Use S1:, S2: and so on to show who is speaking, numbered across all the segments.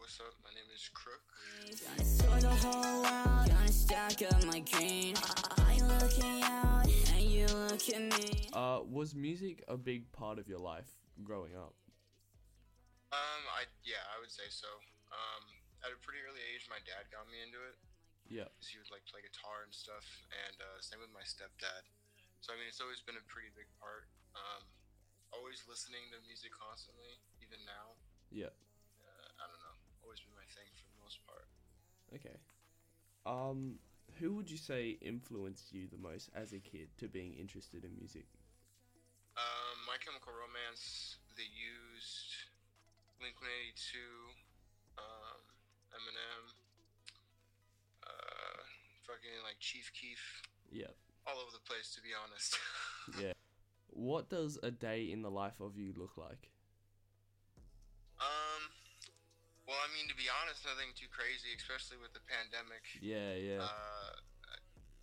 S1: what's up? My name is Crook.
S2: Tryna sort the whole world, tryna stack up my dream. I, I looking out, and you look at me.
S3: Uh, was music a big part of your life growing up?
S1: Um, I yeah, I would say so. Um, at a pretty early age, my dad got me into it.
S3: Yeah.
S1: 'cause he would like play guitar and stuff, and uh, same with my stepdad. So I mean, it's always been a pretty big part. Um, always listening to music constantly, even now.
S3: Yeah.
S1: Uh, I don't know, always been my thing for the most part.
S3: Okay. Um, who would you say influenced you the most as a kid to being interested in music?
S1: Um, my Chemical Romance, The Used, Blink 182, um, Eminem, uh, fucking like Chief Keef,
S3: Yeah.
S1: all over the place to be honest.
S3: Yeah. What does a day in the life of you look like?
S1: Um, well, I mean, to be honest, nothing too crazy, especially with the pandemic.
S3: Yeah, yeah.
S1: Uh,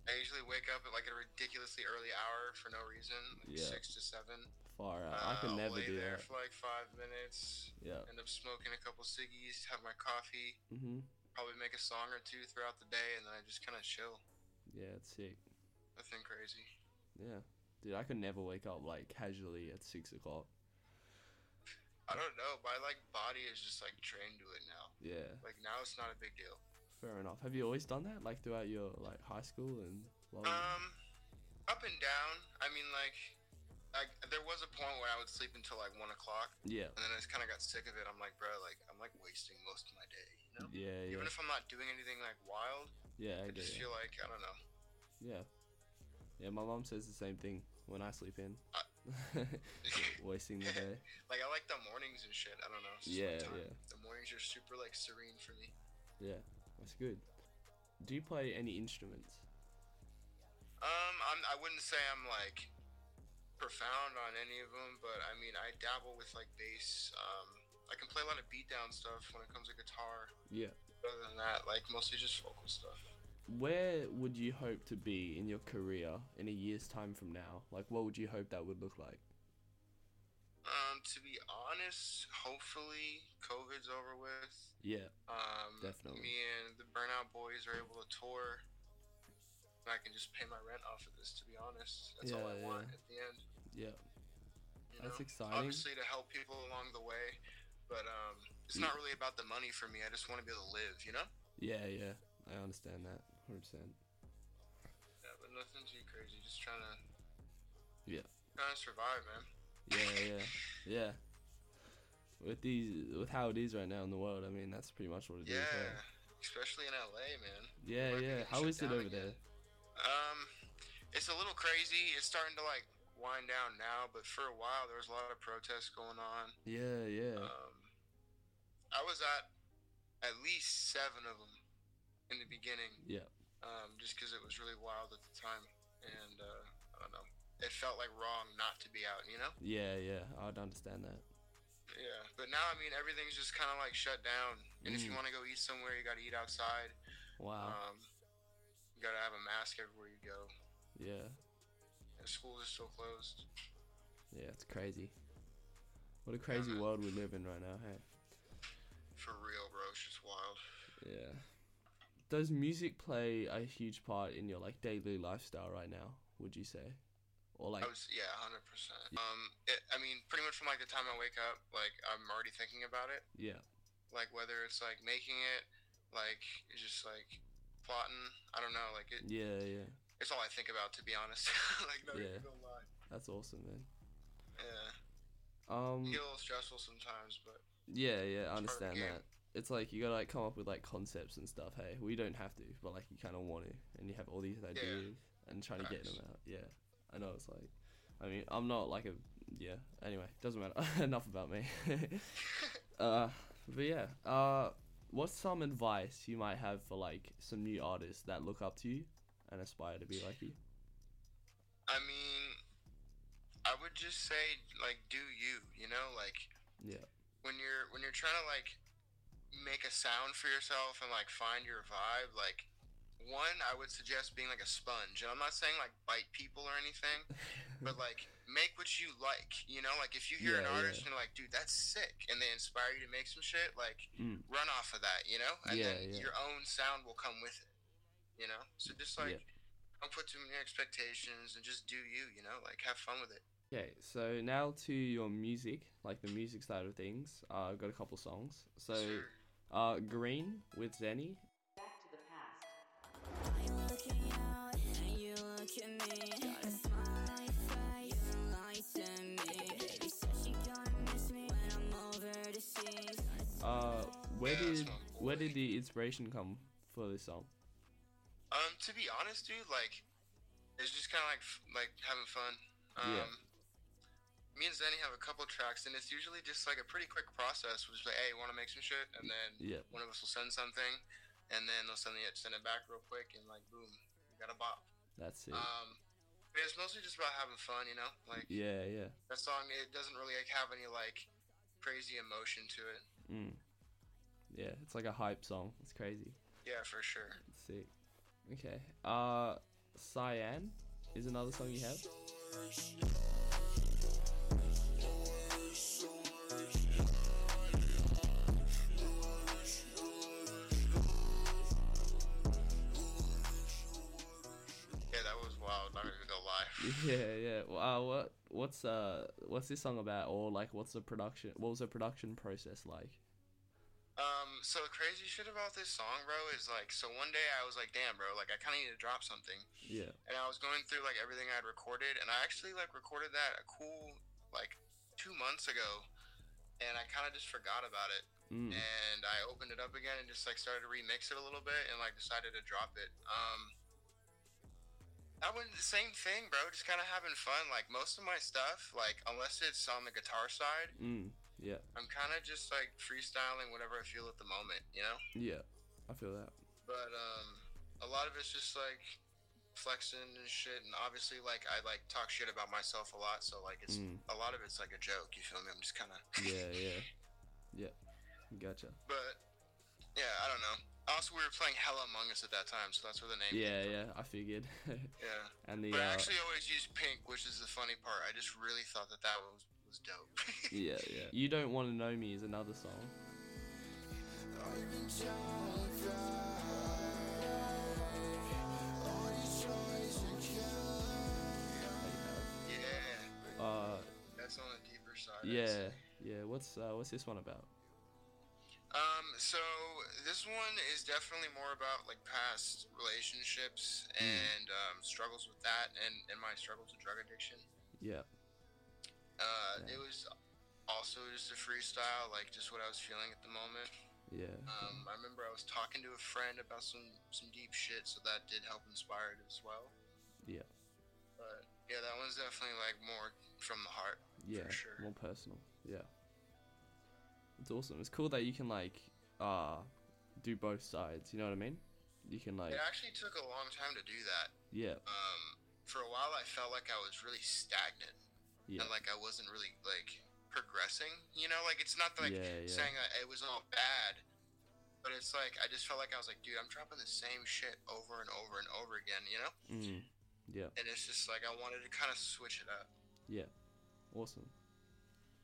S1: I usually wake up at like a ridiculously early hour for no reason, like
S3: Yeah.
S1: six to seven.
S3: Far out. I
S1: Uh,
S3: can never
S1: lay
S3: do
S1: there
S3: that.
S1: for like five minutes.
S3: Yeah.
S1: End up smoking a couple ciggies, have my coffee,
S3: Mm-hmm.
S1: probably make a song or two throughout the day, and then I just kind of chill.
S3: Yeah, it's sick.
S1: Nothing crazy.
S3: Yeah. Dude, I could never wake up like casually at six o'clock.
S1: I don't know. My like body is just like trained to it now.
S3: Yeah.
S1: Like now, it's not a big deal.
S3: Fair enough. Have you always done that? Like throughout your like high school and long
S1: Um, up and down. I mean, like, like there was a point where I would sleep until like one o'clock,
S3: Yeah.
S1: and then I just kind of got sick of it. I'm like, bro, like I'm like wasting most of my day, you know.
S3: Yeah,
S1: Even
S3: yeah.
S1: if I'm not doing anything like wild,
S3: Yeah,
S1: I
S3: I get
S1: just
S3: it.
S1: feel like I don't know.
S3: Yeah. Yeah, my mom says the same thing when I sleep in.
S1: Uh,
S3: Wasting the day.
S1: Like I like the mornings and shit. I don't know. It's just
S3: Yeah,
S1: my time.
S3: yeah.
S1: The mornings are super like serene for me.
S3: Yeah, that's good. Do you play any instruments?
S1: Um, I'm, I wouldn't say I'm like profound on any of them, but I mean, I dabble with like bass. Um, I can play a lot of beatdown stuff when it comes to guitar.
S3: Yeah.
S1: Other than that, like mostly just vocal stuff.
S3: Where would you hope to be in your career in a year's time from now? Like, what would you hope that would look like?
S1: Um, to be honest, hopefully COVID's over with.
S3: Yeah.
S1: Um,
S3: Definitely.
S1: Me and the Burnout Boys are able to tour. And I can just pay my rent off of this. To be honest, that's all I
S3: Yeah,
S1: want
S3: yeah.
S1: at the end.
S3: Yeah.
S1: you know?
S3: That's exciting.
S1: Obviously, to help people along the way, but um, it's not really about the money for me. I just want to be able to live, you know.
S3: Yeah, yeah. I understand that. 100%.
S1: Yeah, but nothing too crazy. Just trying to
S3: Yeah.
S1: trying to survive, man.
S3: Yeah, yeah. Yeah. With these, with how it is right now in the world, I mean, that's pretty much what it is.
S1: Yeah,
S3: Yeah,
S1: especially in LA, man.
S3: yeah.
S1: We're
S3: yeah,
S1: getting
S3: How
S1: shut
S3: is it
S1: down
S3: over
S1: again.
S3: there?
S1: Um, it's a little crazy. It's starting to like wind down now, but for a while there was a lot of protests going on.
S3: Yeah, yeah.
S1: Um, I was at at least seven of them in the beginning,
S3: yeah.
S1: um, just because it was really wild at the time, and uh, I don't know. It felt like wrong not to be out, you know?
S3: Yeah, yeah. I'd understand that.
S1: Yeah. But now, I mean, everything's just kind of like shut down. And if you
S3: Mm. Uh.
S1: want to go eat somewhere, you got to eat outside.
S3: Wow.
S1: Um, you got to have a mask everywhere you go.
S3: yeah.
S1: And schools are still closed.
S3: Yeah, it's crazy. What a crazy
S1: man.
S3: world we live in right now, hey?
S1: For real, bro. It's just wild.
S3: Yeah. Does music play a huge part in your like daily lifestyle right now? Would you say, or like
S1: I was yeah, hundred percent. Um, it, I mean, pretty much from like the time I wake up, like I'm already thinking about it.
S3: yeah,
S1: Like whether it's like making it, like it's just like plotting. I don't know. Like it,
S3: yeah, yeah.
S1: it's all I think about to be honest. like not
S3: Yeah.
S1: even gonna lie.
S3: That's awesome, man.
S1: Yeah,
S3: Um,
S1: get a little stressful sometimes, but
S3: yeah, yeah. I understand
S1: game.
S3: that. It's like you gotta like come up with like concepts and stuff. Hey, we don't have to, but like you kind of want to, and you have all these ideas and trying to get
S1: Facts.
S3: them out. Yeah, I know. It's like, I mean, I'm not like a yeah. Anyway, doesn't matter. Enough about me. uh, but yeah. Uh, what's some advice you might have for like some new artists that look up to you and aspire to be like you?
S1: I mean, I would just say like do you, you know, like
S3: Yeah.
S1: when you're when you're trying to like make a sound for yourself and like find your vibe like one i would suggest being like a sponge and i'm not saying like bite people or anything but like make what you like you know like if you hear
S3: Mm-hmm.
S1: an
S3: Yeah, yeah.
S1: artist and you're like dude that's sick and they inspire you to make some shit like
S3: Mm.
S1: run off of that you know and
S3: Yeah,
S1: then
S3: yeah.
S1: your own sound will come with it you know so just like don't put too many expectations and just do you you know like have fun with it
S3: Okay, so now to your music, like the music side of things. Uh, I've got a couple songs. So,
S1: Sure.
S3: uh, Green with Zenny.
S4: Back to the past.
S2: I'm looking out and you look at me. Got a smile on your face, you lie to me. You said she gonna miss me when I'm over to see.
S3: Uh, where
S1: Yeah, that's
S3: did
S1: my
S3: where did the inspiration come for this song?
S1: Um, to be honest, dude, like it's just kind of like f- like having fun. Um,
S3: Yeah.
S1: Me and Zenny have a couple tracks, and it's usually just like a pretty quick process. We're just like, hey, want to make some shit, and then
S3: Yeah.
S1: one of us will send something, and then they'll send it send it back real quick, and like boom, we got a bop.
S3: That's it.
S1: Um, but it's mostly just about having fun, you know. Like
S3: yeah, yeah.
S1: that song, it doesn't really like have any like crazy emotion to it.
S3: Mm. Yeah, it's like a hype song. It's crazy.
S1: Yeah, for sure.
S3: It's sick. Okay. Uh, Cyan is another song you have.
S1: Yeah, that was wild. Not even gonna lie.
S3: Yeah, yeah. Well, Uh, what what's uh what's this song about, or like what's the production? What was the production process like?
S1: Um, so the crazy shit about this song, bro, is like, so one day I was like, damn, bro, like I kind of need to drop something,
S3: Yeah.
S1: and I was going through like everything I'd recorded, and I actually like recorded that a cool like two months ago, and I kind of just forgot about it,
S3: Mm.
S1: and I opened it up again and just like started to remix it a little bit, and like decided to drop it. Um, I went the same thing, bro, just kind of having fun. Like most of my stuff, like unless it's on the guitar side,
S3: Mm. Yeah.
S1: I'm kind of just like freestyling whatever I feel at the moment, you know.
S3: Yeah. I feel that.
S1: but um, a lot of it's just like flexing and shit. And obviously, like I like talk shit about myself a lot, so like it's
S3: Mm.
S1: a lot of it's like a joke. You feel me? I'm just kind of.
S3: Yeah, yeah. Yeah. Gotcha.
S1: But yeah, I don't know. Also, we were playing Hella Among Us at that time, so that's where the name.
S3: Yeah,
S1: came
S3: yeah. I figured.
S1: From. Yeah.
S3: and the
S1: But I
S3: uh,
S1: actually always use pink, which is the funny part. I just really thought that that was was dope.
S3: yeah, yeah. You don't want to know me is another song.
S1: yeah.
S3: Uh,
S1: That's on the deeper side. I'd
S3: yeah,
S1: say.
S3: yeah. What's uh, what's this one about?
S1: Um, so this one is definitely more about like past relationships
S3: Hmm.
S1: and um, struggles with that, and and my struggles with drug addiction.
S3: Yeah,
S1: Uh,
S3: Yeah.
S1: It was also just a freestyle, like just what I was feeling at the moment.
S3: yeah.
S1: Um, I remember I was talking to a friend about some some deep shit, so that did help inspire it as well.
S3: Yeah.
S1: But yeah, that one's definitely like more from the heart.
S3: yeah
S1: sure.
S3: more personal yeah it's awesome it's cool that you can like uh do both sides you know what i mean you can like
S1: It actually took a long time to do that.
S3: yeah
S1: Um, for a while, I felt like I was really stagnant.
S3: yeah
S1: and like I wasn't really like progressing. You know, like it's not like
S3: Yeah, yeah.
S1: saying that it was all bad, but it's like I just felt like I was like, dude, I'm dropping the same shit over and over and over again. You know,
S3: mm, yeah
S1: and it's just like I wanted to kind of switch it up.
S3: yeah awesome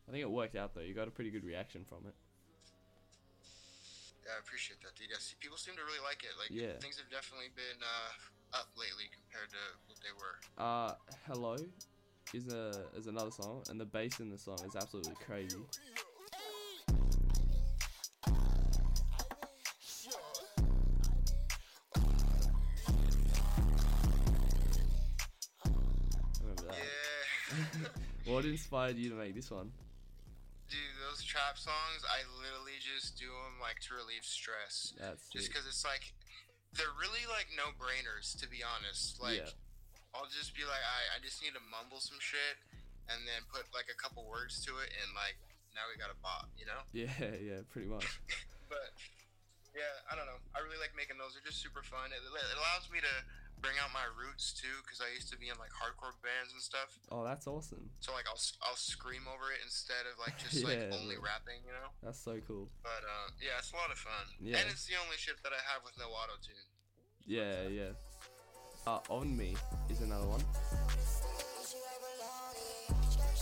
S3: i think it worked out though you got a pretty good reaction from it
S1: Yeah, I appreciate that, dude. I see people seem to really like it. Like
S3: Yeah.
S1: things have definitely been uh, up lately compared to what they were.
S3: uh hello is a is another song and the bass in the song is absolutely crazy I remember that
S1: Yeah.
S3: what inspired you to make this one
S1: Dude, those trap songs, I literally just do them like to relieve stress.
S3: that's
S1: just
S3: sick.
S1: because it's like they're really like no brainers to be honest like
S3: Yeah.
S1: i'll just be like I, I just need to mumble some shit and then put like a couple words to it and like now we got a bop you know
S3: yeah yeah pretty much
S1: but yeah i don't know i really like making those they're just super fun it, it allows me to bring out my roots too because i used to be in like hardcore bands and stuff
S3: oh that's awesome
S1: so like i'll, s- I'll scream over it instead of like just like
S3: Yeah,
S1: only
S3: yeah.
S1: rapping you know
S3: that's so cool
S1: but uh, yeah it's a lot of fun
S3: Yeah.
S1: and it's the only shit that i have with no auto tune
S3: Yeah, yeah. Uh, on me is another one.
S2: Did you ever love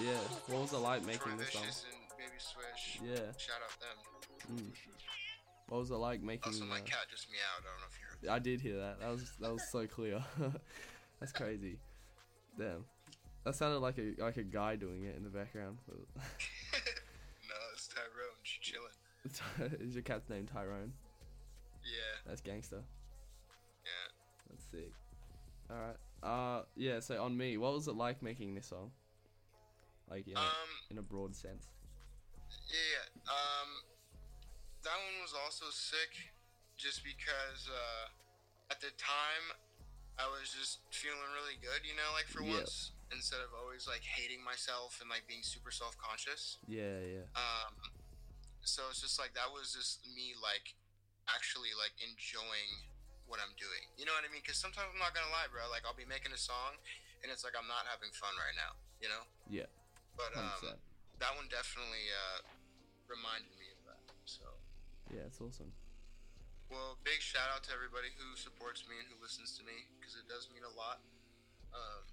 S3: Yeah. What was it like
S1: Troy
S3: making this song?
S1: Vicious and Baby Swish.
S3: Yeah.
S1: Shout out them.
S3: Mm. What was it like making?
S1: Also, my
S3: uh,
S1: cat just meowed. I don't know if you heard.
S3: I did hear that. That was that was so clear. That's crazy. Damn. That sounded like a like a guy doing it in the background.
S1: no, it's Tyrone. She's chilling.
S3: Is your cat's name Tyrone?
S1: Yeah,
S3: That's gangster.
S1: yeah.
S3: That's sick. All right. Uh, yeah. So on me, what was it like making this song? Like yeah,
S1: Um,
S3: in a broad sense.
S1: yeah. Um, that one was also sick, just because uh, at the time I was just feeling really good, you know, like for
S3: Yeah.
S1: once instead of always like hating myself and like being super self conscious.
S3: Yeah, yeah.
S1: Um, so it's just like that was just me like actually like enjoying what I'm doing. You know what I mean? Because sometimes I'm not gonna lie, bro. Like I'll be making a song, and it's like I'm not having fun right now. You know?
S3: Yeah.
S1: But
S3: Hundred
S1: um,
S3: percent.
S1: that one definitely uh, reminded me of that. So,
S3: Yeah, it's awesome.
S1: well, big shout out to everybody who supports me and who listens to me because it does mean a lot. Um,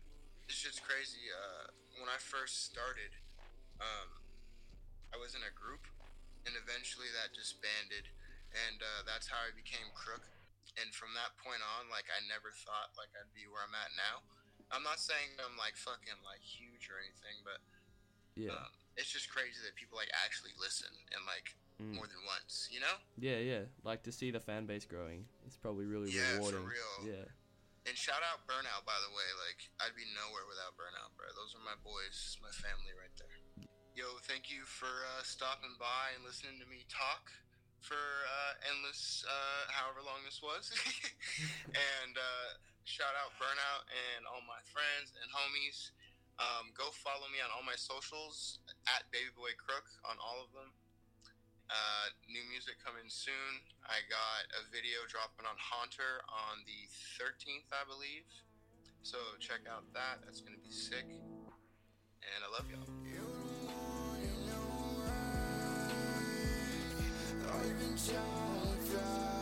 S1: it's just crazy. Uh, when I first started, um, I was in a group, and eventually that disbanded, and uh, that's how I became Crook. And from that point on, like I never thought like I'd be where I'm at now. I'm not saying I'm like fucking like huge or anything, but
S3: Yeah.
S1: um, it's just crazy that people like actually listen and like
S3: Mm.
S1: more than once, you know?
S3: Yeah, yeah. Like to see the fan base growing, it's probably really
S1: Yeah, for
S3: rewarding.
S1: real.
S3: Yeah.
S1: And shout out Burnout, by the way. Like, I'd be nowhere without Burnout, bro. Those are my boys, my family right there. Yo, thank you for uh, stopping by and listening to me talk for uh, endless, uh, however long this was. and uh, shout out Burnout and all my friends and homies. Um, go follow me on all my socials at Babyboy Crook on all of them. Uh, new music coming soon. I got a video dropping on Haunter on the 13th, I believe. So check out that. That's going to be sick. And I love y'all.
S4: I've been trying to fly.